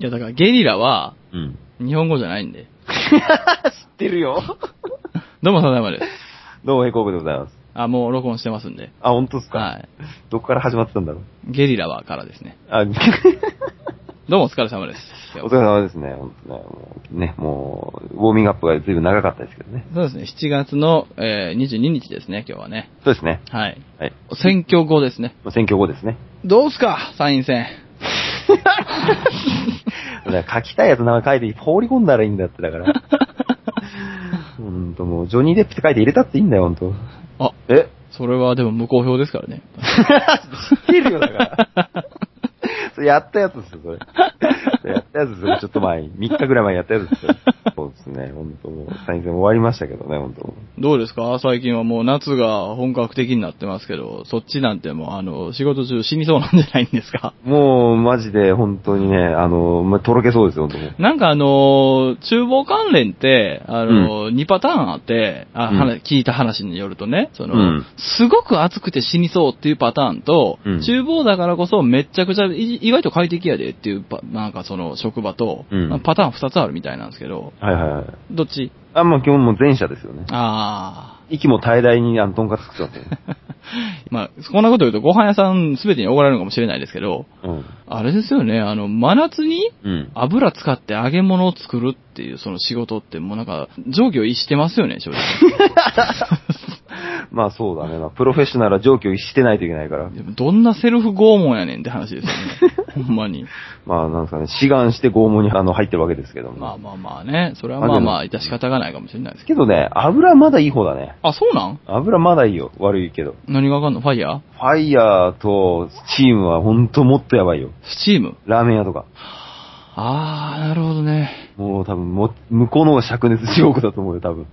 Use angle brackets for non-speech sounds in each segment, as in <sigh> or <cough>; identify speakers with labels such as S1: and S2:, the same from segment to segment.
S1: いや、だからゲリラは、
S2: うん。
S1: 日本語じゃないん
S2: <laughs>
S1: で。
S2: 知ってるよ。
S1: <laughs> どうも、さだまです。
S2: どうも、ヘコークでございます。
S1: あ、もう録音してますんで。
S2: あ、本当ですか
S1: はい。
S2: どこから始まってたんだろう。
S1: ゲリラはからですね。 <laughs>
S2: あ、
S1: どうも、お疲れ様です。
S2: お疲れ様ですね。本当ね。もう、ね、もう、ウォーミングアップがずいぶん長かったですけどね。
S1: そうですね、7月の、えー22日ですね、今日はね。
S2: そうですね。
S1: はい。
S2: はい。
S1: 選挙後ですね。
S2: 選挙後ですね。
S1: どうすか、参院選。
S2: だから書きたいやつなんか書いて放り込んだらいいんだって、だ
S1: <laughs>
S2: から。ほんともう、ジョニー・デップって書いて入れたっていいんだよ、ほんと。
S1: あ、
S2: え
S1: それはでも無効票ですからね。
S2: 知ってるよ、だから。
S1: <laughs>
S2: それやったやつですよ、それ。それやったやつですよ、ちょっと前に。3日ぐらい前にやったやつですよ。そうですね、ほんともう、参院選終わりましたけどね、ほんともう。
S1: どうですか最近はもう夏が本格的になってますけど、そっちなんてもう、あの、仕事中死にそうなんじゃないんですか
S2: もう、マジで、本当にね、あの、まとろけそうですよ、本当もう。
S1: なんかあのー厨房関連って、あのー2パターンあって、あ、
S2: うん
S1: 話聞いた話によるとね、その、
S2: うん
S1: すごく暑くて死にそうっていうパターンと、
S2: うん
S1: 厨房だからこそめっちゃくちゃ、い意外と快適やでっていうパ、なんかその職場と、
S2: うん
S1: まあパターン2つあるみたいなんですけど、
S2: はいはいはい。
S1: どっち
S2: あ、まあ、基本もう前者ですよね。
S1: あ
S2: 息も大々に、あの、とんかつ食ってますよね。
S1: ー。 <laughs> まあ、こんなこと言うとご飯屋さん全てにおごられるのかもしれないですけど、
S2: うん。
S1: あれですよね、あの、真夏に
S2: うん。
S1: 油使って揚げ物を作るっていうその仕事ってもうなんか、上下を逸してますよね、正直。 <laughs>
S2: まあ、そうだね。まあ、プロフェッショナルは上記を逸してないといけないから。
S1: でもどんなセルフ拷問やねんって話ですよ <laughs> ね。ほんまに。
S2: まあ、なんですかね、志願して拷問に、あの、入ってるわけですけども。
S1: まあまあまあね、それはまあまあ、致し方がないかもしれないですけ
S2: けどね、油まだいい方だね。
S1: ど。あ、そうなん
S2: 油まだいいよ。悪いけど。
S1: 何がわかんのファイヤー
S2: ファイヤーとスチームはほんともっとやばいよ。
S1: スチーム
S2: ラーメン屋とか。
S1: あー、なるほどね。
S2: もう多分も、向こうの方が灼熱地獄だと思うよ、多分。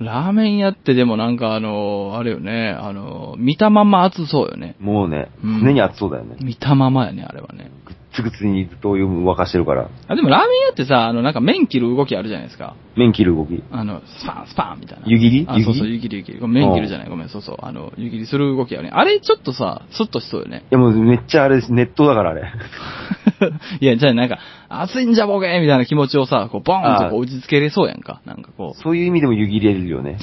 S1: ラーメン屋ってでもなんかあの、あれよね、あの、見たまま熱そうよね。
S2: もうね、
S1: うん
S2: 常に熱そうだよね。
S1: 見たままやね、あれはね。
S2: ぐっつぐつにずっとお湯沸かしてるから。
S1: あ、でもラーメン屋ってさ、あの、なんか麺切る動きあるじゃないですか。
S2: 麺切る動き。
S1: あの、スパンスパンみたいな。
S2: 湯切り
S1: あ、そうそう、
S2: 湯
S1: 湯切り湯切り。ごめん、麺切るじゃない。ごめん、そうそう。あの、湯切りする動きあるね。あれちょっとさ、スッとしそうよね。 <laughs>
S2: いやもうめっちゃあれ、ネットだからあれ。
S1: いや、じゃあなんか、熱いんじゃボケーみたいな気持ちをさ、こう、ボーンとこう打ち付けれそうやんか。なんか
S2: <laughs>
S1: こう。
S2: そういう意味でも湯切れる
S1: <laughs>
S2: よね。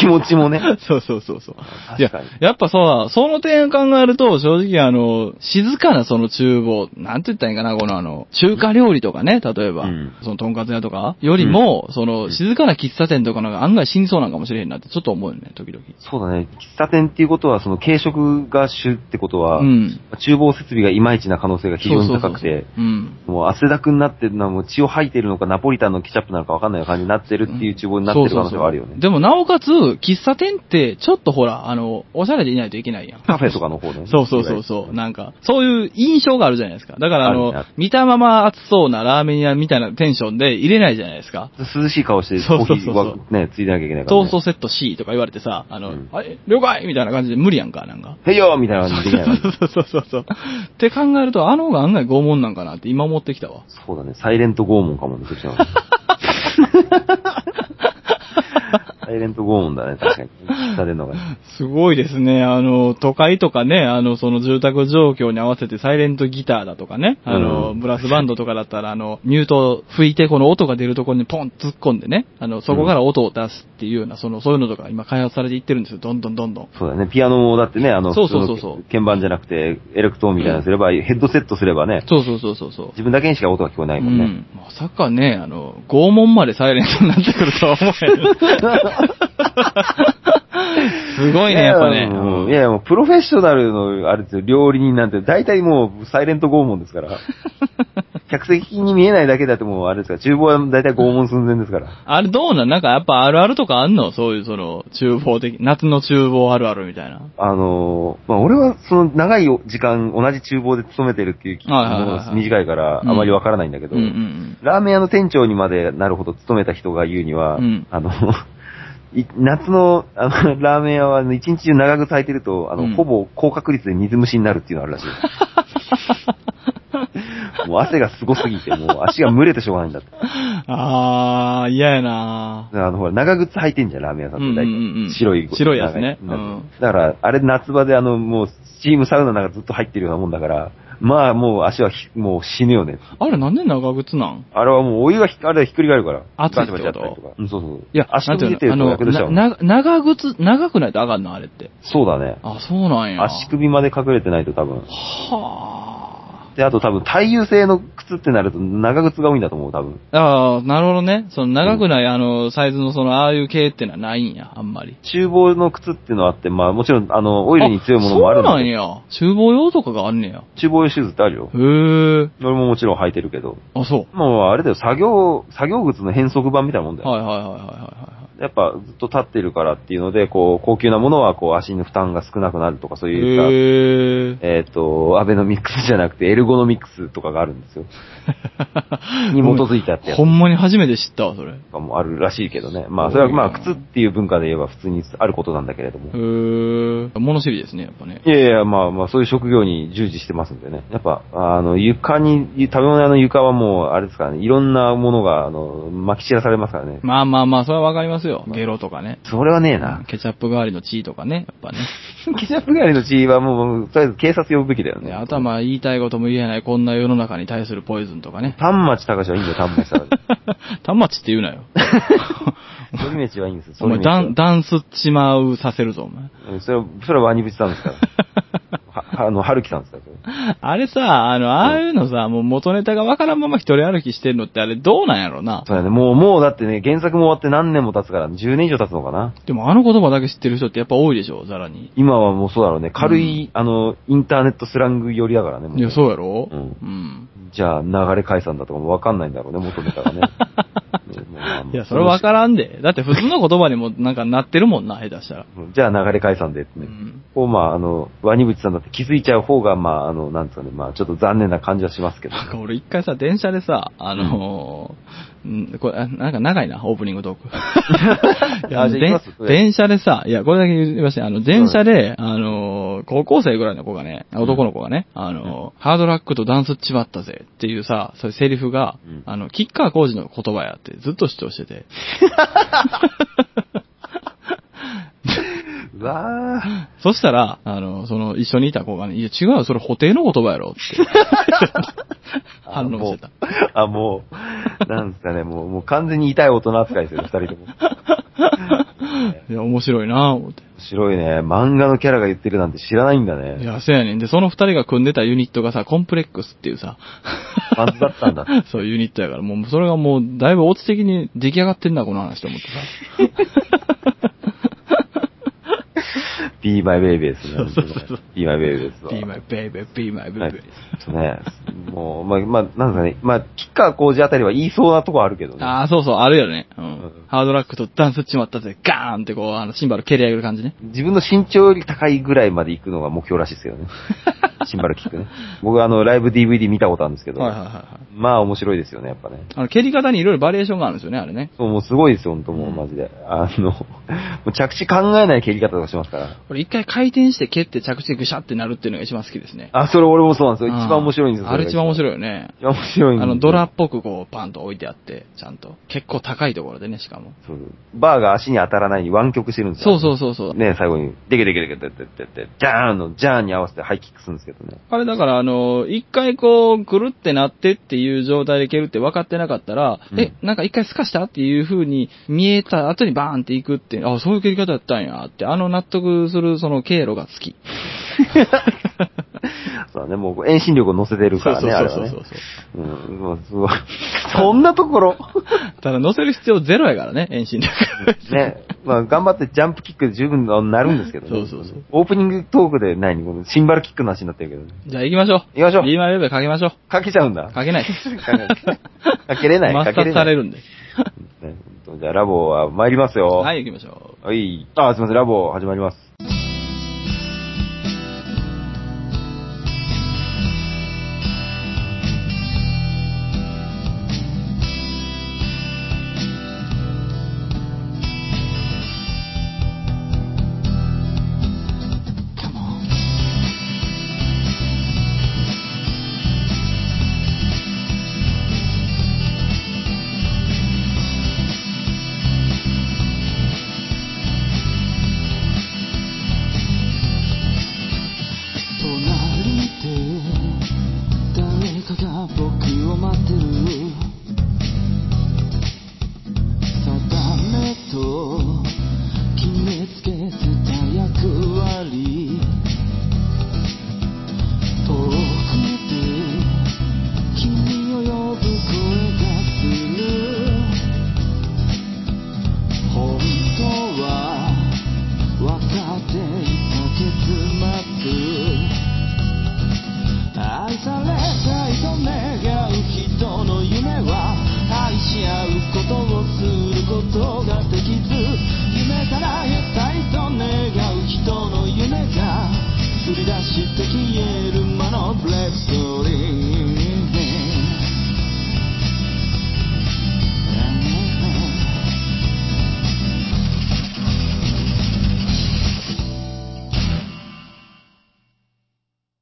S2: 気持ちもね。
S1: そうそうそうそう。い
S2: 確
S1: や
S2: かに。、
S1: やっぱさ、その点考えると、正直あの、静かなその厨房、なんて言ったらいいんかな、このあの、中華料理とかね、例えば、
S2: うん
S1: そのとんかつ屋とか、よりも、その、静かな喫茶店とかの方が案外死にそうなんかもしれへんなって、ちょっと思うよね、時々。
S2: そうだね。喫茶店っていうことは、その軽食が主ってことは、
S1: うん。
S2: 厨房設備がいまいちな可能性が非常に高く
S1: そうそう
S2: て
S1: そう、そううん。
S2: もう汗だくになってるのはもう血を吐いてるのかナポリタンのケチャップなのかわかんない感じになってるっていう厨房になってる可能性はあるよ
S1: そうそうそう
S2: ね。
S1: でもなおかつ、喫茶店って、ちょっとほら、あの、おしゃれでいないといけないやん。
S2: カフェとかの方ね。
S1: そうそうそうそう。なんか、そういう印象があるじゃないですか。だから、あの
S2: あるね、
S1: 見たまま熱そうなラーメン屋みたいなテンションで入れないじゃないですか。
S2: 涼しい顔して
S1: そう
S2: コ
S1: そ
S2: ー
S1: う
S2: ヒ
S1: そう
S2: ー
S1: そう
S2: はね、ついてなきゃいけないから、
S1: ト
S2: ね。
S1: ーストセット C とか言われてさ、あ
S2: う
S1: の
S2: ん、
S1: あれ、了解みたいな感じで無理やんか、なんか。
S2: へいよーみたいな感じでできないか
S1: <laughs> そ
S2: ら
S1: うそうそうそう。って考えると、あの方が案外拷問なんかなって今思ってきたわ。
S2: そうだね、サイレント拷問かもね、そっちの方
S1: <laughs>
S2: がサイレント拷問だね、確かに。喫茶店の方がね。
S1: すごいですね。あの、都会とかね、あの、その住宅状況に合わせてサイレントギターだとかね、あの、
S2: うん
S1: ブラスバンドとかだったら、あの、ミュート吹いて、この音が出るところにポン突っ込んでね、あの、そこから音を出すっていうような、その、そういうのとか今開発されていってるんですよ。どんどんどんどん。
S2: そうだね、ピアノもだってね、あの、
S1: そうそうそうそう
S2: 普通の鍵盤じゃなくて、エレクトーンみたいなのすれば、ヘッドセットすればね、
S1: そうそうそうそうそう。
S2: 自分だけにしか音が聞こえな
S1: う
S2: いもんね。
S1: ん。まさかね、あの、拷問までサイレントになってくるとは思え
S2: <laughs>
S1: ん。すごいね、やっぱね。
S2: うんいやいや、もうプロフェッショナルの、あれですよ、料理人なんて、大体もう、サイレント拷問で
S1: <laughs>
S2: すから。客席に見えないだけだってもう、あれですから、厨房は大体拷問寸前ですから。
S1: あれどうなんなんかやっぱあるあるとかあんのそういうその、厨房的、夏の厨房あるあるみたいな。
S2: あのーまあ、俺は、その、長い時間、同じ厨房で勤めてるっていう、
S1: はいはいはいはい
S2: 短いから、あまりわからないんだけど、
S1: うんうん
S2: ラーメン屋の店長にまでなるほど勤めた人が言うには、
S1: うん
S2: あの、 <laughs> い夏のあのラーメン屋はあの一日中長靴履いてると、あの、
S1: うん
S2: ほぼ高確率で水虫になるっていうのがあるらしい。 <laughs> もう汗がすごすぎて、もう足が蒸れてしょうがないんだって。
S1: うん。あー、嫌やな
S2: あの、ほら、長靴履いてんじゃん、ラーメン屋さんって大体。
S1: うんうんうん
S2: 白い。
S1: 白いやつね
S2: 長
S1: うん
S2: だから、あれ夏場であの、もう、スチームサウナなんかずっと入ってるようなもんだから、まあもう足はひもう死ぬよね。
S1: あれなんで長靴なん
S2: あれはもうお湯がひ、あれはひっくり返るから。
S1: 熱いって
S2: バ
S1: こ
S2: チ
S1: と
S2: バチやったりかうん、そうそう。
S1: いや、
S2: 足
S1: なん
S2: の
S1: てい
S2: 見
S1: う
S2: てる
S1: の
S2: とやけどしちゃう
S1: あの、
S2: の。
S1: な、長靴、長くないと上がんの、あれって。
S2: そうだね。
S1: あ、そうなんや。
S2: 足首まで隠れてないと多分。
S1: は
S2: で、あと多分、耐油性の靴ってなると長靴が多いんだと思う、多分。
S1: あ。ああ、なるほどね。その長くない、あの、サイズのその、ああいう系ってのはないんや、あんまり。
S2: 厨房の靴っていうのはあって、まあもちろん、あの、オイルに強いものもある
S1: あそうなん
S2: だけ
S1: や。厨房用とかがあんねや。
S2: ど、厨房用シューズってあるよ。
S1: へえ。
S2: 俺ももちろん履いてるけど。
S1: あ、そう。
S2: もうあれだよ、作業、作業靴の変則版みたいなもんだよ。
S1: はいはいはいはいは
S2: やっぱずっと立ってるからっていうので、こう、高級なものはこう足の負担が少なくなるとかそう
S1: いはい。
S2: いうか、
S1: へえ。
S2: えっ、と、アベノミクスじゃなくてエルゴノミクスとかがあるんですよ。に基づいたってやつ
S1: ほんまに初めて知ったわ、それ。へ
S2: とかもあるらしいけどね。まあそれはまあ靴っていう文化で言えば普通にあることなんだけれども。
S1: え。物知りですね、やっぱね。
S2: いやいや、まあまあ、そういう職業に従事してますんでね。やっぱ、あの、床に、食べ物屋の床はもう、あれですからね、いろんなものが、あの、撒き散らされますからね。
S1: まあまあまあ、それはわかりますよ。ゲロとかね。
S2: それはねえ <laughs> な。
S1: ケチャップ代わりのチーとかね、やっぱね。
S2: ケチャップ帰りの血はもう、とりあえず警察呼ぶべきだよね。
S1: ね、あとはまあ言いたいことも言えないこんな世の中に対するポイズンとかね。 <laughs>
S2: 丹町隆はいいんだよ、丹町隆。
S1: たまちって言うな
S2: <laughs>
S1: よ。
S2: 反町はいいんですよ、
S1: お前、
S2: 反町
S1: ダ
S2: は
S1: ン、ダンスちまうさせるぞ、お前。
S2: うんそれは、それはワニブチさん <laughs> ですから。は、あの、春樹さんですから。それ
S1: あれさ、あの、ああいうのさ、もう元ネタがわからんまま一人歩きしてんのってあれどうなんやろな。
S2: そうだね、もう、もうだってね、原作も終わって何年も経つから、10年以上経つのかな。
S1: でもあの言葉だけ知ってる人ってやっぱ多いでしょ、ザラに。
S2: 今はもうそうだろうね、軽い、あの、インターネットスラング寄りだからね、もう。
S1: いや、そうやろ
S2: うん
S1: ん。
S2: じゃあ、流れ解散だとかもわかんないんだろうね、元ネタ
S1: <laughs>
S2: がね。
S1: いや、それわ
S2: ん
S1: からんで。だって普通の言葉にもなんかなってるもんな、下手したら。
S2: じゃあ、流れ解散でって
S1: う
S2: ね。
S1: ん。
S2: こう、まあ、あの、ワニブチさんだって気づいちゃう方が、まあ、あの、なんですかね、まあ、ちょっと残念な感じはしま
S1: <laughs>
S2: すけど。
S1: なんか俺一回さ、電車でさ、あのー、うん、これ、あなんか長いな、オープニングトーク。いや
S2: あじゃあ
S1: で
S2: 行きます
S1: 電車でさ、いや、これだけ言いましたあの、電車で、あのー、高校生ぐらいの子がね、男の子がね、あのー、ハードラックとダンスっちまったぜっていうさ、そういうセリフが
S2: うん、
S1: あの、キッカー工事の言葉やってずっと主張してて、
S2: うわー。
S1: そしたら、あの、その、一緒にいた子がね、いや、違うよ、それ、補定の言葉やろって。反論してた。
S2: <laughs> あ、もう、あもうなんですかね、もう、もう完全に痛い大人扱いですよ、二人とも。
S1: いや、面白いなぁ、思って。
S2: 白いね。漫画のキャラが言ってるなんて知らないんだ
S1: い
S2: ね。
S1: や、そうやねん。で、その二人が組んでたユニットがさ、コンプレックスっていうさ、
S2: バンドだったんだ。
S1: <laughs> そう、ユニットやから、もう、それがもう、だいぶオツ的に出来上がってんな、この話と思ってさ。
S2: Be My Baby ですね。
S1: そうそうそう
S2: Be My Baby ですわ。
S1: be my baby, be my
S2: はい
S1: baby.
S2: ちょっとね、もう、まあ、まあ、なんですかね、まあ、キッカー工事あたりは言いそうなとこあるけどね。
S1: ああ、そうそう、あるよね。うん。
S2: うん
S1: ハードラックとダンスっちまったぜ、ガーンってこう、あの、シンバル蹴り上げる感じね。
S2: 自分の身長より高いぐらいまで行くのが目標らしいですけ
S1: <laughs>
S2: どね。シンバルキックね。僕あの、ライブ DVD 見たことあるんですけど、
S1: はいはいはいはい。
S2: まあ面白いですよね、やっぱね。
S1: あの、蹴り方にいろいろバリエーションがあるんですよね、あれね。
S2: そう、もうすごいですよ、ほんともう、マジで。あの、もう着地考えない蹴り方とかしますから。
S1: これ一回回転して蹴って着地でぐしゃってなるっていうのが一番好きですね。
S2: あ、それ俺もそうなんですよ。
S1: うん
S2: 一番面白いんですよ。
S1: あれ一番面
S2: い。
S1: 白いよね。
S2: 一番面白いんです
S1: あ
S2: よ
S1: の、ドラっぽくこう、パンと置いてあって、ちゃんと。結構高いところでね、しかも。
S2: そうバーが足に当たらないように湾曲してるんです
S1: そ
S2: よ。
S1: うそうそうそう。
S2: ね、最後に、でけでけでけでけでけでけ、ジャーンの、ジャーンに合わせてハイキックするんですけどね。
S1: あれだから、あの、一回こう、ぐるってなってっていう状態で蹴るって分かってなかったら、
S2: うん
S1: え、なんか一回透かしたっていう風に見えた後にバーンっていくって、あ、そういう蹴り方だったんやって、あの納得するその経路が好
S2: <laughs>
S1: き。
S2: そうだね、もう遠心力を乗せてるからね、あれはね。
S1: う。
S2: うん、もうすごい。そんなところ
S1: ただ乗せる必要ゼロやからね、遠心力。
S2: ね、まあ頑張ってジャンプキックで十分なるんですけどね。
S1: そうそうそう
S2: オープニングトークで何このシンバルキックの話になってるけどね。
S1: じゃあ行きましょう。
S2: 行きましょう
S1: リーマイウェブかけましょう。
S2: かけちゃうんだ。
S1: かけないです。
S2: かけれない。
S1: 抹
S2: かけ
S1: 殺
S2: れな
S1: さ
S2: い。
S1: れるんで。
S2: ねほんとじゃあラボは参りますよ。
S1: はい、行きましょう。
S2: はい。あ、すいません、ラボ始まります。
S3: 「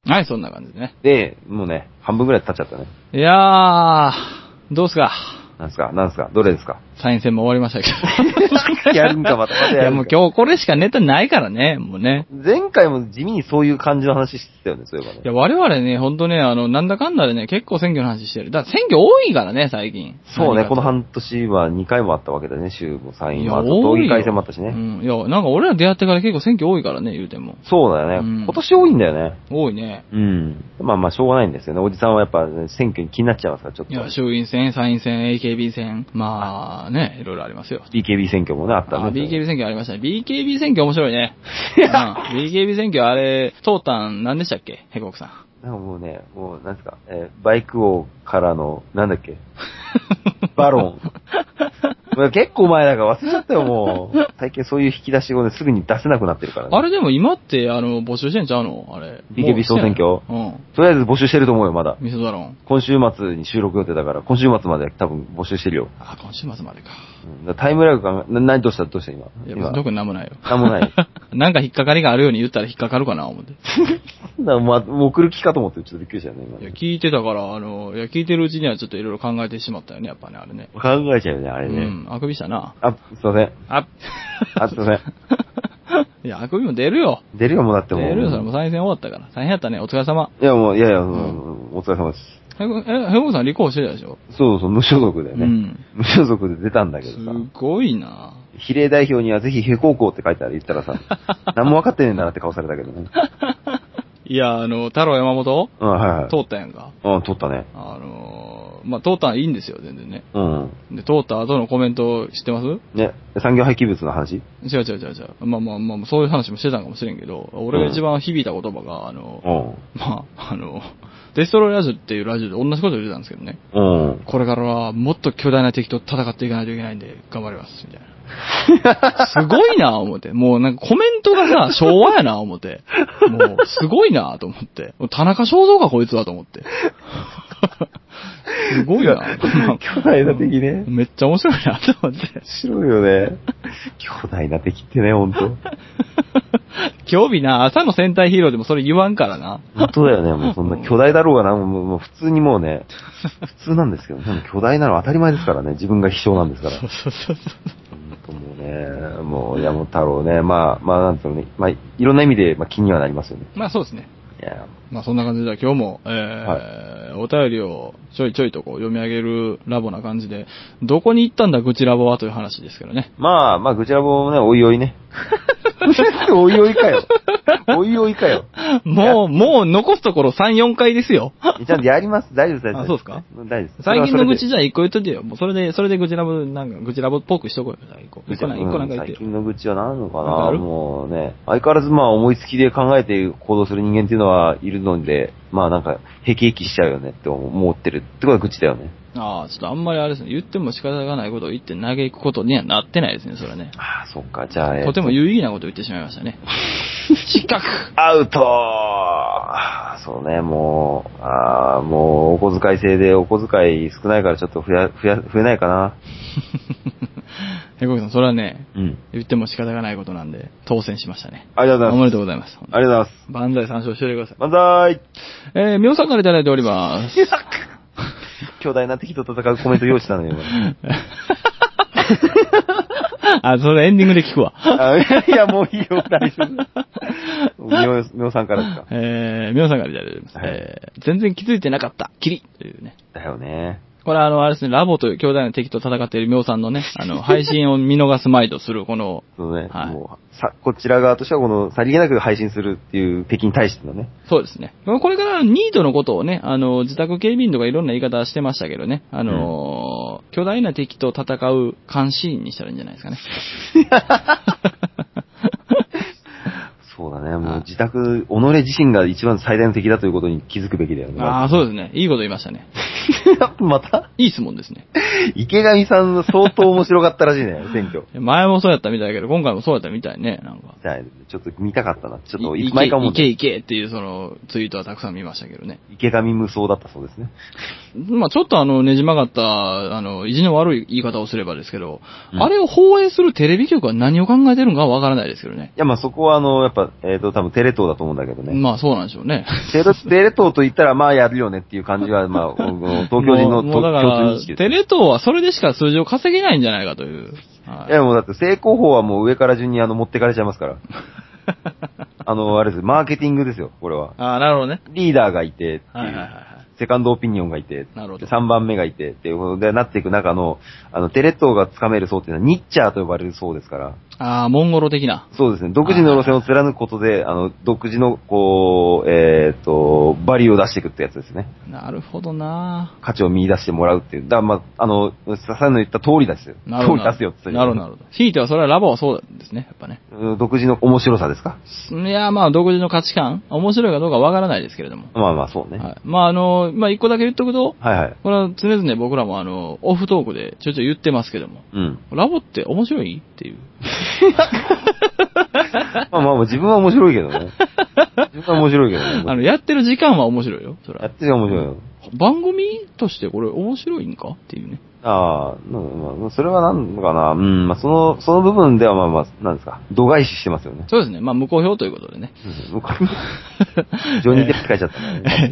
S1: はい、そんな感じでね。
S2: で、もうね、半分ぐらい経っちゃったね。
S1: いやー、どうすか。
S2: なんすかなんすかどれですか
S1: サイン戦も終わりましたけど。
S2: <laughs> やるんか、またまた
S1: い
S2: や
S1: や、
S2: る
S1: も
S2: ん
S1: う
S2: か。
S1: 今日これしかネタないからね、もうね。
S2: 前回も地味にそういう感じの話してたよね、そういえば
S1: いや、
S2: ね。
S1: 我々ね、ほんとね、あの、なんだかんだでね、結構選挙の話してる。だから選挙多いからね、最近。
S2: そう
S1: 何
S2: ね、
S1: かと
S2: この半年は2回もあったわけだね、州も参
S1: い
S2: 院
S1: や
S2: も、あと
S1: 多いよ
S2: 都議会選もあったし
S1: う
S2: ね。
S1: ん。いや、なんか俺ら出会ってから結構選挙多いからね、言うても。
S2: そうだよね、
S1: うん
S2: 今年多いんだよね。
S1: 多いね。
S2: うん。まあまあ、しょうがないんですよね。おじさんはやっぱね選挙に気になっちゃいますから、ちょっ
S1: いや、
S2: と。
S1: 衆院選、参院選、AKB 選、まあね、いろいろありますよ。
S2: BKB 選挙もね、あった
S1: あ、
S2: ね。
S1: BKB 選挙ありましたね。BKB 選挙面白い
S2: <laughs>
S1: ね。うん、BKB 選挙あれ、トータン何でしたっけヘコクさん。
S2: なんかもうね、もう、なんですか、えーバイク王からの、なんだっけ、 <laughs> バロ
S1: <laughs>
S2: ン。もう結構前だから忘れちゃったよ、もう。最近そういう引き出しをね、すぐに出せなくなってるからね。
S1: あれでも今って、あの、募集してんちゃうのあれ。
S2: BKB
S1: もうしてない
S2: 総選挙
S1: うん。
S2: とりあえず募集してると思うよ、まだ。
S1: ミスドロン。
S2: 今週末に収録予定だから、今週末まで多分募集してるよ。
S1: あ、今週末までか。
S2: うん、だからタイムラグが、な、な、どうしたどうした今。
S1: いや、別
S2: 今。
S1: に特になんもないよ。
S2: なんもない。
S1: <laughs> なんか引っかかりがあるように言ったら引っかかるかな、思って。
S2: なまあ、もう送る気かと思って、ちょっとびっくりしたよね、今
S1: いや、
S2: ね。
S1: 聞いてたから、あの、いや、聞いてるうちにはちょっといろいろ考えてしまったよね、やっぱね、あれね。
S2: 考えちゃうよね、あれ
S1: う
S2: ね。
S1: ん、あくびしたな。
S2: あ、すいません。
S1: あ、
S2: あ、すいません。
S1: <laughs> いや、あくびも出るよ。
S2: 出るよ、もうだって
S1: 出
S2: もう。
S1: るよ、それも参戦終わったから。大変やったね、お疲れ様。
S2: いや、もう、いやいや、うんん、お疲れ様です。
S1: え、え、ヘコさん立候補してたでしょ
S2: そうそう、無所属だよね。
S1: うん
S2: 無所属で出たんだけ
S1: す
S2: どさ。
S1: ごいな
S2: 比例代表にはぜひ、へこうこうって書いてある、言ったらさ、
S1: <laughs>
S2: 何も分かってねえんだなって顔されたけどね。
S1: いや、あの、太郎山本
S2: うん、はいはい。
S1: 通ったやんか。
S2: うん、取ったね。
S1: あの、まあ、通ったんいいんですよ、全然ね。
S2: うん。
S1: で、通った後のコメント知ってます
S2: ね、産業廃棄物の話
S1: 違う違う違う違う。まあまあまあ、そういう話もしてたんかもしれんけど、俺が一番響いた言葉が、あの
S2: う、ん。
S1: まあ、あの、デストロイラジオっていうラジオで同じこと言ってたんですけどね。
S2: うん。
S1: これからはもっと巨大な敵と戦っていかないといけないんで、頑張ります、みたい <laughs> な。すごいなぁ、思って。もうなんかコメントが <laughs> さ、昭和やなぁ、思って。もう、すごいなぁ、と思って。もう田中正造がこいつだと思 <laughs> って。すごいなぁ。
S2: 巨大な敵ね。
S1: めっちゃ面白いなぁ、と思って。 <laughs>
S2: 白いよね。巨大な敵ってね、ほんと。
S1: 今日日な、朝の戦隊ヒーローでもそれ言わんからな。
S2: 本当だよね、もうそんな巨大だろうがな、もうもう普通にもうね、普通なんですけど、でも巨大なのは当たり前ですからね、自分が秘書なんですから。
S1: そうそうそ
S2: 本当もうね、もう山本太郎ね、まあ、まあなんつうのね、まあいろんな意味で、まあ、気にはなりますよね。
S1: う。まあそうですね。
S2: いや、
S1: まあそんな感じで、今日も、えーお便りをちょいちょいとこう読み上げるラボな感じで、どこに行ったんだ、愚痴ラボはという話ですけどね。
S2: まあ、まあ、ぐちゃらぼもね、おいおい
S1: <laughs>
S2: ね。おいおいかよ。おいおいかよ。
S1: もう、もう残すところ3、4回ですよ。
S2: ちゃんとやります。大丈夫です、大丈夫
S1: あそうっすか
S2: 大丈夫です。
S1: 最近の愚痴
S2: じ
S1: じゃあ1個言っといてよ。もうそれで、それで愚痴ラボ、なんか、愚痴ラボっぽくしとこうよ。1個。1個なん一個なんか言って
S2: 最
S1: よ。
S2: 近の愚痴は何なのか
S1: なんかあ
S2: な
S1: る
S2: もうね、相変わらずまあ思いつきで考えて行動する人間っていうのはいるので、まあなんか、へきへきしちゃうよねって思ってるってことは愚痴だよね。
S1: ああ、ちょっとあんまりあれですね。言っても仕方がないことを言って嘆くことにはなってないですね、それはね。
S2: ああ、そっか、じゃあ、えー
S1: とても有意義なことを言ってしまいましたね。失格 <laughs>
S2: アウトあーそうね、もう、ああ、もう、お小遣い制で、お小遣い少ないからちょっと増や、増や、増えないかな。
S1: ヘコクさん、それはね、
S2: うん。
S1: 言っても仕方がないことなんで、当選しましたね。
S2: ありがとう
S1: お
S2: ご
S1: め
S2: ざいま。
S1: ですとうございます。
S2: ありがとうございます。
S1: 万歳参照しておいてください。
S2: 万歳
S1: えー、みょうさんからいただいております。
S2: 巨大な敵と戦うコメント用意したのよ、今
S1: あ、それエンディングで聞くわ。
S2: あいや、もういいよ、大丈夫。みょうみょうさんからですか。
S1: えー、みょうさんからいただいております。
S2: はい
S1: えー、全然気づいてなかった。キリというね。
S2: だよね。
S1: これあの、あれですね、ラボという兄弟の敵と戦っているみょうさんのね、あの、配信を見逃すまいとする、この、
S2: そうね、
S1: はい
S2: もうさ、こちら側としては、この、さりげなく配信するっていう敵に対してのね。
S1: そうですね。これからニードのことをね、あの、自宅警備員とかいろんな言い方してましたけどね、あのー、巨大な敵と戦う監視員にしたらいいんじゃない
S2: <laughs>
S1: ですかね。
S2: そうだね、もう自宅、己自身が一番最大の敵だということに気づくべきだよね。
S1: ああ、そうですね。いいこと言いましたね。
S2: <laughs> また
S1: いい質問ですね。
S2: 池上さんの相当面白かったらしいね、選挙。
S1: 前もそうやったみたいだけど、今回もそうやったみたいね、なんか。
S2: じゃあ、ちょっと見たかったな。ちょっと、
S1: い
S2: 毎回思う
S1: い
S2: ん
S1: け
S2: だ
S1: いけいけっていうそのツイートはたくさん見ましたけどね。
S2: 池上無双だったそうですね。
S1: まあちょっとあの、ねじ曲がった、あの、意地の悪い言い方をすればですけど、
S2: うん
S1: あれを放映するテレビ局は何を考えてるのかわからないですけどね。
S2: いや、まあそこはあの、やっぱ、えっ、と、多分テレ東だと思うんだけどね。
S1: まあそうなんでしょうね。
S2: テレテレ東と言ったら、まあやるよねっていう感じは、ま
S1: <laughs>
S2: あ、この東京人
S1: も
S2: の
S1: うもうだか
S2: 共
S1: ら
S2: 通認識、です
S1: テレ東はそれでしか数字を稼げないんじゃないかという。はい
S2: いや、もうだって正攻法はもう上から順にあの持ってかれちゃいま
S1: <laughs>
S2: すから。あの、あれです。マーケティングですよ、これは。
S1: ああ、なるほどね。
S2: リーダーがいてっていう、
S1: はいはいはいはい。
S2: セカンドオピニオンがいて、
S1: なるほど
S2: 3番目がいてっていうことでなっていく中の、あの、テレ東がつかめる層っていうのはニッチャーと呼ばれる層ですから、
S1: ああ、モンゴロ的な。
S2: そうですね、独自の路線を貫くことで、あの、独自の、こう、えっ、と、バリューを出していくってやつですね。
S1: なるほどな
S2: 価値を見出してもらうっていう。だから、まあ、あの、ささの言った通りですよ。
S1: なるほ
S2: 通
S1: ど。
S2: り出すよっていう
S1: なるほど、なるほど。ひいてはそれはラボはそうですね、やっぱね。
S2: うん独自の面白さですか
S1: いや、まあ独自の価値観、面白いかどうかわからないですけれども。
S2: まあまあ、そうね。
S1: はい。まああの、まあ一個だけ言っとくと、
S2: はいはい。
S1: これは常々僕らもあの、オフトークでちょいちょい言ってますけども。
S2: うん。
S1: ラボって面白いって
S2: <laughs>
S1: いう。
S2: まあまあ、自分は面白いけど
S1: <laughs>
S2: ね。自分は面白いけどね。
S1: あの、やってる時間は面白いよ、それ
S2: や
S1: は
S2: っ。てて面白いよ。
S1: 番組としてこれ面白いんかっていうね。
S2: ああ、なんまあ、それはなんのかな。うん、まあ、その、その部分ではまあまあ、なんですか。度外視してます
S1: <laughs>
S2: よね。
S1: そうですね。まあ、無好評ということでね。 <laughs>
S2: うんこれジョニー・デップ書いちゃった ね。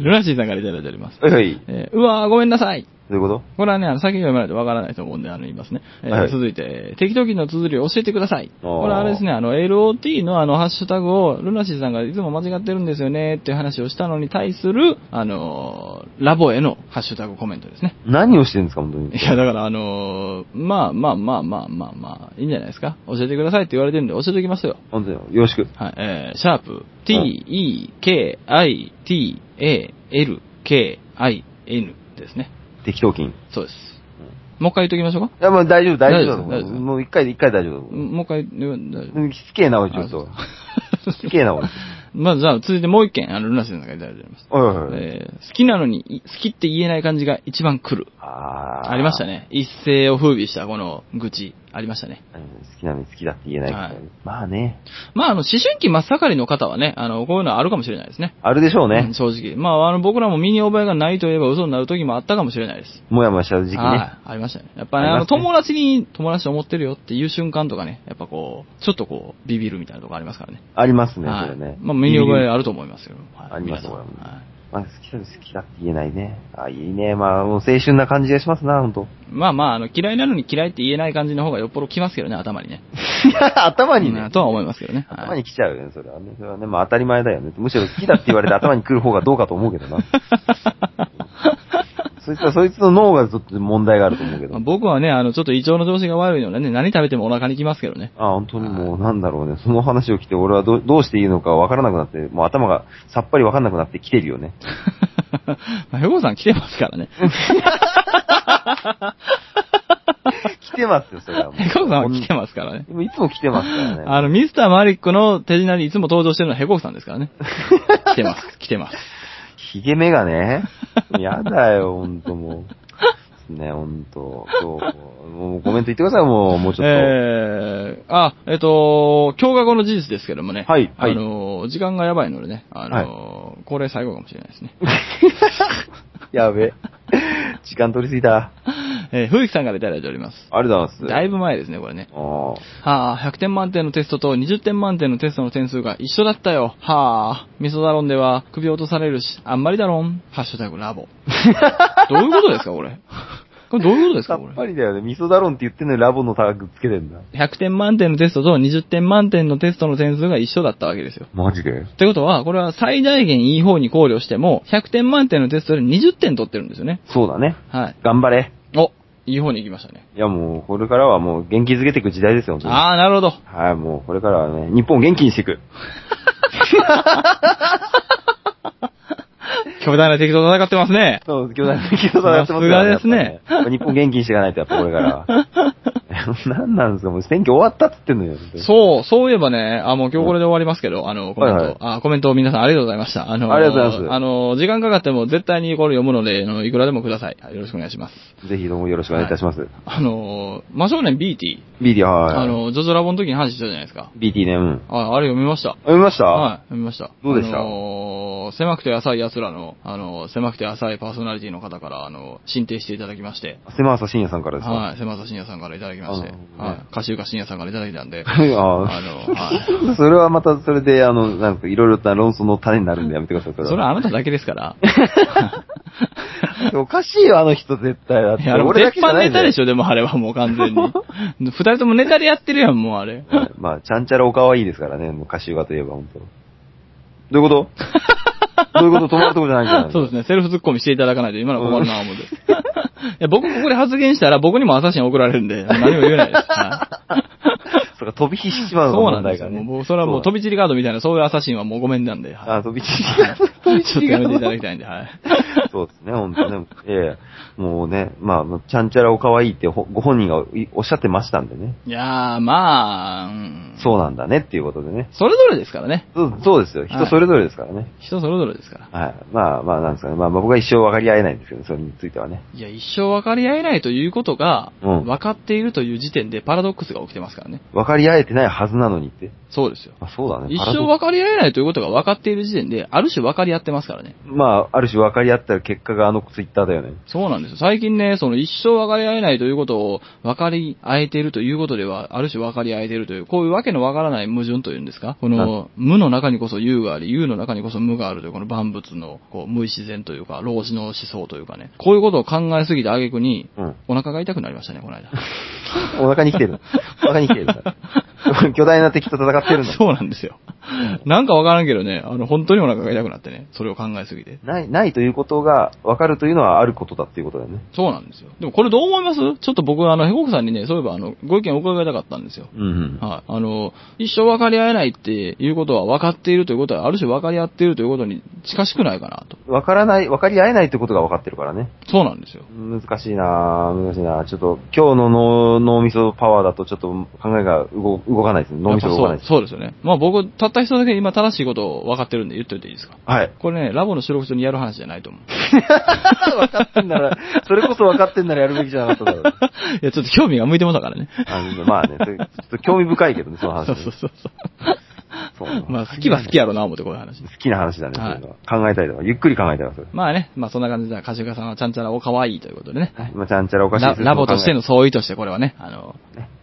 S1: <laughs> ルナシーさんからいただいております。
S2: おいおい、ど
S1: えーうわーごめんなさい。
S2: ういうこと
S1: これはね、あの、先に読まないとわからないと思うんで、あの、言いますね。えー
S2: はい
S1: 続いて、適当期の綴りを教えてください。
S2: あー
S1: これはあれですね、あの、LOT のあの、ハッシュタグを、ルナシーさんがいつも間違ってるんですよね、っていう話をしたのに対する、あのーラボへのハッシュタグコメントですね。
S2: 何をしてるんですか、本当に。
S1: いや、だからあのーまあまあまあまあまあまあ、いいんじゃないですか。教えてくださいって言われてるんで、教えておきますよ。
S2: 本当に。よろしく。
S1: はい、えー、シャープ、t, e, k, i, t, a, l, k, i, n ですね。
S2: 適当金。
S1: そうです。もう一回言っときましょうか
S2: いや、まあ大丈夫、大丈夫だと
S1: 大丈夫です
S2: 思う。もう一回で、一回で大丈夫だと思
S1: もう一回言う、大丈夫。
S2: う。すっげえな、おい、ちょっと。すっげ
S1: <laughs>
S2: えな、おい。
S1: まず、じゃあ、続いてもう一件、あの、ルナシーさんがいただいております。
S2: おいおいおい。
S1: えー好きなのに、い好きって言えない感じが一番来る。
S2: あー
S1: ありました。ね。一世を風靡したこの愚痴、ありましたね。
S2: うん好きなのに好きだって言えないから
S1: はい
S2: まあね。
S1: まあ、あの、思春期真っ盛りの方はね、あの、こういうのはあるかもしれないですね。
S2: あるでしょう
S1: うん
S2: ね。
S1: 正直。まあ、あの、僕らも身に覚えがないといえば嘘になる時もあったかもしれないです。
S2: もやもやしちゃう時期
S1: はい
S2: ね。、
S1: ありましたね。やっぱね、
S2: あ
S1: あの、
S2: りますね
S1: 友達に、友達と思ってるよっていう瞬間とかね、やっぱこう、ちょっとこう、ビビるみたいなとこありますからね。
S2: ありますね、
S1: は
S2: そ
S1: い
S2: れね。
S1: まあ、身に覚えあると思いますけど。はい
S2: ありま
S1: 皆
S2: す
S1: さん
S2: これも
S1: はい
S2: まあ、好きだ、好きだって言えないね。あ、いいね。まあ、もう青春な感じがしますな、
S1: <laughs>
S2: ほんと。
S1: まあまあ、あの、嫌いなのに嫌いって言えない感じの方がよっぽどきますけどね、頭にね。
S2: 頭に
S1: うん
S2: ね。
S1: とは思いますけどね。
S2: 頭
S1: はい
S2: に来ちゃうよね、それはね。それはね、まあ当たり前だよね。むしろ好きだって言われて頭に来る方がどうかと思うけど <laughs> な。そいつは、そいつの脳がちょっと問題があると思うけど
S1: まあ。僕はね、あの、ちょっと胃腸の調子が悪いのでね、何食べてもお腹にきますけどね。 <laughs>
S2: あ、本当にもうなんだろうね。その話を聞いて俺はどうどうしていいのかわからなくなって、もう頭がさっぱりわかんなくなって来てるよね。
S1: まあ、ヘゴさん来てますからね。
S2: 来てますよ、それ <laughs> はもう。
S1: ヘゴさんは来てますからね。
S2: でもいつも来てますからね。
S1: あの、ミスターマリックの手品にいつも登場してるのはヘコクさんですから
S2: <laughs>
S1: ね。来てます、来てます。
S2: ヒゲメガネやだよ、ほんともう。ね、ほんと。今日もうコメント言ってください、もう、もうち
S1: え
S2: ょっと。
S1: ー、あ、えっ、と、教科後の事実ですけどもね。
S2: はいはい
S1: あのー、時間がやばいのでね、あのー、これ最後かもしれないですね。 <laughs>
S2: <laughs> やべ。時間取りすぎた。
S1: えー、風紀さんからいただいております。
S2: ありがとうございます。
S1: だ
S2: い
S1: いぶ前ですね、これね。
S2: あ
S1: はあ、100点満点のテストと20点満点のテストの点数が一緒だったよ。はあ、ミソダロンでは首を落とされるし、あんまりだろん。ハッシュタグ
S2: <laughs>
S1: ラボ。どういうことですか、これ。これどういうことです
S2: さ
S1: か、これ
S2: っ。ぱりだよね。味噌ダロンって言ってんのにラボのタグつけてんだ。
S1: 100点満点のテストと20点満点のテストの点数が一緒だったわけですよ。
S2: マジで
S1: ってことは、これは最大限いい方に考慮しても、100点満点のテストで20点取ってるんですよね。
S2: そうだね。
S1: はい。
S2: 頑張れ。
S1: お、いい方に行きましたね。
S2: いやもう、これからはもう元気づけていく時代ですよ、本当に
S1: あー、なるほど。
S2: はい、もうこれからはね、日本を元気にしていく。
S1: 巨大な敵と戦ってますね。
S2: <laughs> そう、今日だ、今日だやって
S1: さ
S2: ますから
S1: すがですね
S2: <laughs> やっぱ日本元気にしていかないと、やっぱこれからは。何なんですかもう選挙終わったって言ってんのよ。
S1: そう、そういえばね、あ、もう今日これで終わりますけど、あの、コメント、
S2: はいはい
S1: あ、コメント皆さんありがとうございました。あの、
S2: ありがとうございます
S1: あの、時間かかっても絶対にこれ読むので、あの、いくらでもください。はいよろしくお願いします。
S2: ぜひどうもよろしくお願いいたします。
S1: あの、真正面 BT、
S2: ビデオ、はい。
S1: あの、ジョジョラボの時に話したじゃないですか。
S2: BT ね、うん。
S1: あ、あれ読みました。
S2: 読みました
S1: はい、読みました。
S2: どうでした
S1: あのー狭くて浅い奴らの、あのー狭くて浅いパーソナリティの方から、あのー進呈していただきまして、
S2: 狭浅信也さんからですか
S1: はい、狭田信也さんからいただきまして、
S2: あ
S1: はい、歌集歌信也さんからいただいたんで、
S2: い。 <laughs> あ
S1: あの
S2: <laughs>
S1: はい
S2: あ、それはまた、それで、あの、なんか、いろいろな論争の種になるんでやめてください、それは。
S1: それはあなただけです
S2: <laughs>
S1: から。
S2: おかしいよ、あの人絶対。だっ
S1: い
S2: て、
S1: や、あの、
S2: 俺だ
S1: 絶
S2: けじゃ
S1: 版
S2: ない
S1: ネ
S2: んだ
S1: タ
S2: よ
S1: でしょ、でもあれはもう完全
S2: <laughs>
S1: に。二人ともネタでやってるやん、もうあれ。
S2: はいまあ、ちゃんちゃらおかわいいですからね、もう、歌手がといえば、本当どういうことどういうこと止まるとこじゃないんじゃな
S1: <laughs>
S2: い
S1: そうですね、セルフツッコミしていただかないと今のは困るな、思 <laughs> って。いや、僕ここで発言したら僕にも朝シン送られるんで、何も言えないです。はい
S2: そうか、飛び火しちまうの
S1: そう
S2: が
S1: なん
S2: 問
S1: で
S2: 題
S1: す
S2: が
S1: よ。
S2: ね。
S1: もう、それはもう飛び散りカードみたいな、そういう朝シンはもうごめんなんで。はい
S2: あ、飛び散
S1: <laughs>
S2: り。
S1: ちょっとやめていただきたいんで、はい。
S2: そうですね、本当ね。ええもうね、まあ、ちゃんちゃらおかわいいってほご本人がいおっしゃってましたんでね。
S1: いやー、まあ、うん
S2: そうなんだねっていうことでね。
S1: それぞれですからね。
S2: そうそうですよ。
S1: は
S2: 人
S1: い
S2: それぞれですからね。
S1: 人それぞれですから。
S2: はい。まあまあ、なんですかね。まあまあ僕は一生分かり合えないんですけど、それについてはね。
S1: いや、一生分かり合えないということが、
S2: うん
S1: 分かっているという時点でパラドックスが起きてますからね。
S2: 分かり合えてないはずなのにって。
S1: そうですよ。
S2: まあそうだね。
S1: 一
S2: パラ
S1: 生
S2: ドック
S1: 分かり合えないということが分かっている時点で、ある種分かり合ってますからね。
S2: スまあ、ある種分かり合った結果があのツイッターだよね。
S1: そうなんですよ。最近ね、その一生分かり合えないということを分かり合えているということでは、ある種分かり合えているという、こういうわけの分からない矛盾というんですかこ
S2: は
S1: の、無の中にこそ有があり、有の中にこそ無があるという、この万物のこう無意自然というか、老子の思想というかね、こういうことを考えすぎた挙句に、
S2: うん。
S1: お腹が痛くなりましたね、この間。
S2: お腹に来
S1: <laughs>
S2: てる。お腹に来てる。 <laughs> 巨大な敵と戦ってるんだ。
S1: そうなんですよ。なんかわからんけどね、あの、本当にお腹が痛くなってね、それを考えすぎて。
S2: ない、ないということが分かるというのはあることだっていうことだよね。
S1: そうなんですよ。でもこれどう思いますちょっと僕、あの、ヘコクさんにね、そういえば、あの、ご意見を伺いたかったんですよ。
S2: うんうん。
S1: はい。あの、一生分かり合えないっていうことは分かっているということは、ある種分かり合っているということに近しくないかなと。
S2: 分からない、分かり合えないってことが分かってるからね。
S1: そうなんですよ。
S2: 難しいなぁ、難しいなぁ。ちょっと、今日の脳脳みそパワーだとちょっと考えが動動かないですね。脳みそが動か
S1: や
S2: な
S1: っ
S2: い
S1: ぱ
S2: で
S1: そう
S2: す。
S1: そうですよね。まあ僕、たった一つだけ今正しいことを分かってるんで言っといていいですか
S2: はい。
S1: これね、ラボの収録中にやる話じゃないと思う。 <laughs>
S2: 分かってんな <laughs> ら、それこそ分かってんならやるべきじゃなかっただろう。
S1: いや、ちょっと興味が向いてもだからね。
S2: あのまあね、それちょっと興味深いけどね、その話。
S1: そうそうそう
S2: そう
S1: そう。まあ好きは好きやろな、思ってこういう話。
S2: 好きな話だね、そう
S1: はい
S2: いうのは。考えたいとか、ゆっくり考えたいわ、それ。
S1: まあね、まあそんな感じで、かしがさんはちゃんちゃらお可愛いということでね。
S2: まあ、ちゃんちゃらおかしい
S1: ラ
S2: です
S1: ラボとしての
S2: 考
S1: 総意としてこれはね、あの、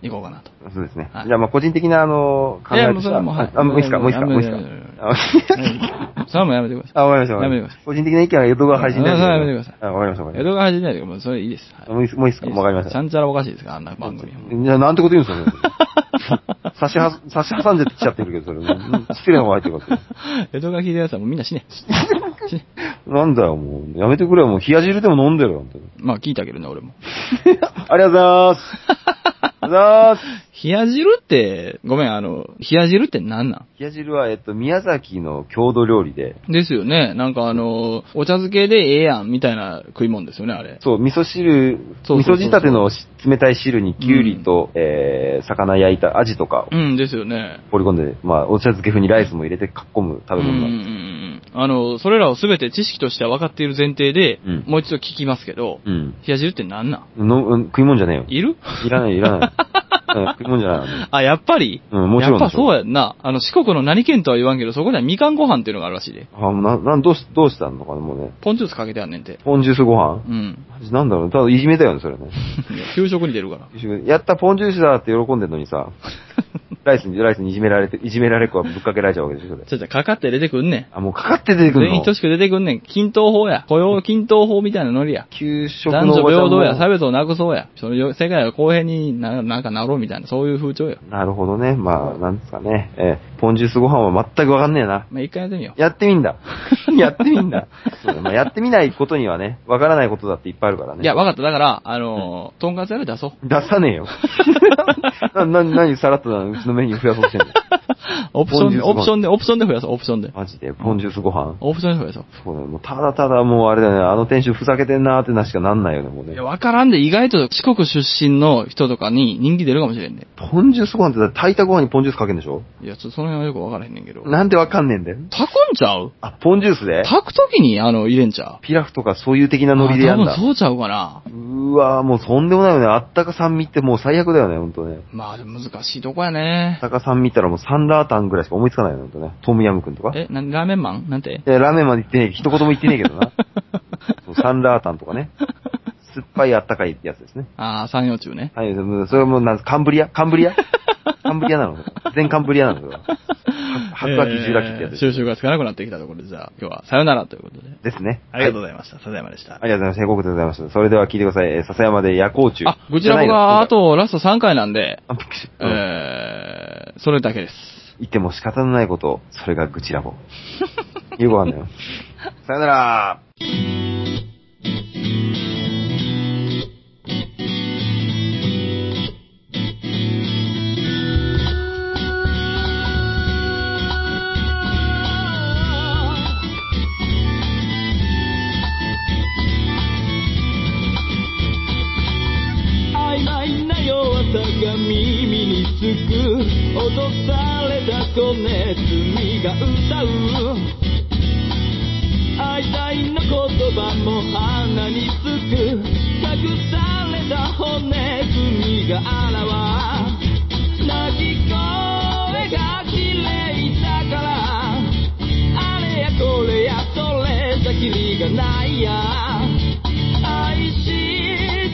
S1: 行こうかなと。
S2: えそうですね。
S1: はい
S2: じゃあ、まあ、個人的な、あの、考えとして
S1: いやもうそれはもうはい
S2: あ、もういいですか、もういいです
S1: いや
S2: か、もういいです
S1: いやいやいやいや
S2: か。あ
S1: それはもうやめてください。
S2: あ、わかりました。
S1: やめてくださ
S2: い。個人的な意見は江戸川配信
S1: うんやめてください
S2: あ、わかりました、わか
S1: 江
S2: りま
S1: 戸川始めないで、もうそれいいです。
S2: した。もういいっすもういいですかわかりまし
S1: ちゃ
S2: た。
S1: んちゃらおかしいですかあんな番組。
S2: いや、なんてこと言うんですか、
S1: <laughs>
S2: それ差しは、差し挟んできちゃってるけど、それ。失礼な方が入ってるから。
S1: 江戸川聞いたやつはもうみんな死ね。死ね。
S2: なんだよ、もう。やめてくれよ、もう。冷や汁でも飲んでるよ、本当に
S1: まあ聞いてあげるね、俺も。
S2: ありがとうございます。ありがとうございます。
S1: 冷や汁って、ごめん、あの、冷や汁って何な
S2: 冷や汁は、えっと、宮崎の郷土料理で、
S1: んですよね。なんかあの、お茶漬けでええやん、みたいな食い物ですよね、あれ。
S2: そう、味噌汁、
S1: そうそうそう
S2: 味噌仕立てのし冷たい汁にきゅうりと、えー、魚焼いたアジとかを
S1: うん、ですよね。
S2: 放り込んで、まあ、お茶漬け風にライスも入れてかっこむ食べ
S1: うんうんう
S2: 物なんん
S1: う
S2: で
S1: んあの、それらをすべて知識としては分かっている前提で、
S2: うん
S1: もう一度聞きますけど、
S2: す。うん。
S1: 冷や汁って何なん
S2: のうん食い物じゃねえよ。
S1: いる
S2: いらない、いらない。うん食い物じゃない。
S1: <laughs> あ、やっぱり
S2: うんもちろん
S1: やっぱそう
S2: や。
S1: やんな。あの、四国の何県とは言わんけど、そこにはみかんご飯っていうのがあるらしいで。
S2: あ、な、なん、どうし、どうしたのかな、もうね。
S1: ポンジュースかけてあんねんて。
S2: ポンジュースご飯
S1: うん。 <laughs>
S2: なんだろう、ただいじめだよね、それね。
S1: いや給食に出るから。
S2: やった、ポンジュースだって喜んでるのにさ、ライスに、ライスにいじめられて、いじめられっ子はぶっかけられちゃうわけでしょ、それ。
S1: ちょ、ちょ、かかって出てくんね
S2: あ、もうかかって出て
S1: ん。
S2: くるの
S1: 全員等しく出てくんねん。均等法や。雇用均等法みたいなノリや。
S2: 給食
S1: 男
S2: の
S1: 女
S2: おばち
S1: 平
S2: ゃん
S1: 等
S2: も
S1: や。差別をなくそうや。そのよ世界は公平にななんかなろうみたいな、そういう風潮よ。
S2: なるほどね。まあ、なんですかね。ええポンジュースご飯は全くわかんねえな。
S1: まあ、一回やってみよう。
S2: やってみんだ。やってみんだ。そうだまあ、やってみないことにはね、わからないことだっていっぱいあるからね。
S1: いや、わかった。だから、あのー、とんかつやる出そう。 <laughs>
S2: <laughs> 出さねえよ。な、な、なにさらっとなうちのメニュー増やそうとしてんの
S4: オプションで、
S2: ポ
S4: オ
S2: ンジ
S4: プ
S2: ュースご飯
S4: ションで、オプションで増やそう、オプションで。
S2: マジで、ポンジュースご飯
S4: オプションで増やそ
S2: そうだね。もうただただもうあれだよね、あの店主ふざけてんなーってなしかなんないよね、もう
S4: う。い
S2: ね
S4: や、。わからんで、意外と四国出身の人とかに人気出るかもしれんね。
S2: ポンジュースご飯ってだって炊いたご飯にポンジュースかけんでしょ
S4: いや、ちょっとその辺はよくわからへんねんけど。
S2: なんでわかんねえんだよ。
S4: 炊くんちゃう
S2: あ、ポンジュースで
S4: 炊くときに、あの、入れんちゃう
S2: ピラフとかそういう的なノリでやん
S4: あ
S2: だ
S4: 多。分そうちゃうかな。
S2: うわーもうとんでもないよね。あったかさんみってもう最悪だよね、ほんとね。
S4: まあ、でも難しいとこや
S2: あっ
S4: ね。
S2: たかさん見たらもうサンラータンぐらいしか思いつかないよね、ほんとね。トムヤムくんとか。
S4: え、なラーメンマンなんて
S2: いや、ラーメンまで言ってねえ、一言も言ってねえけ
S4: <laughs>
S2: どな。そうサンラータンとかね。酸っぱいあったかいやつですね。
S4: ああ、三葉中ね。
S2: はい、でもそれはもうなんカンブリアカンブリアカンブリアなの全カンブリアなのそれは白亜紀、
S4: えー
S2: 重亜紀ってやつです
S4: 収集がつかなくなってきたところで、じゃあ、今日はさよならということで。
S2: ですね。
S4: ありがとう
S2: は
S4: ございました。笹山でした
S2: い。ありがとうございました。ごでございました。それでは聞いてください。えー笹山で夜光虫。
S4: あ、こちら僕
S2: じゃない
S4: が
S2: の
S4: あ、とラスト3回なんで、
S2: あびっくりしたうん
S4: えー、それだけです。
S2: 言っても仕方のないこと、それが愚痴ラボ。よくわかん
S4: <laughs>
S2: ないよ。さよなら
S1: 曖昧な弱さが耳につく脅された子ネズミが歌う愛いの言葉も鼻につく隠された骨組みが現わ鳴き声が綺麗だからあれやこれやそれじゃキリがないや愛し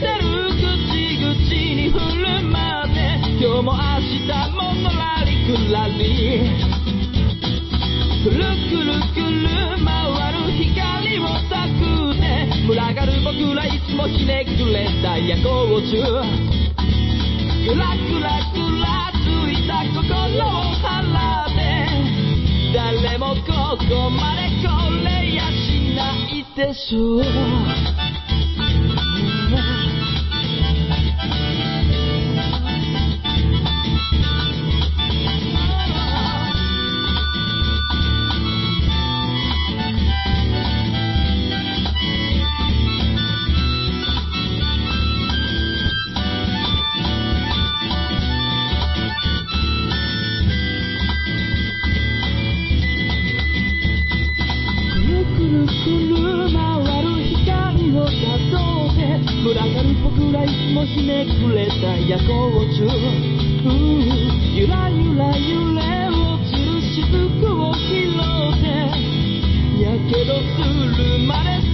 S1: てる口々に振る舞って今日も明日ものらりくらりくるくるくる回る光をたくね群がる僕らいつもひねくれた夜行中くらくらくらついた心を払って誰もここまでこれやしないでしょうくるくるくる回る光を誘って群がる僕らいつもひねくれた夜行中うんゆらゆら揺れ落ちる雫を拾ってやけどするまで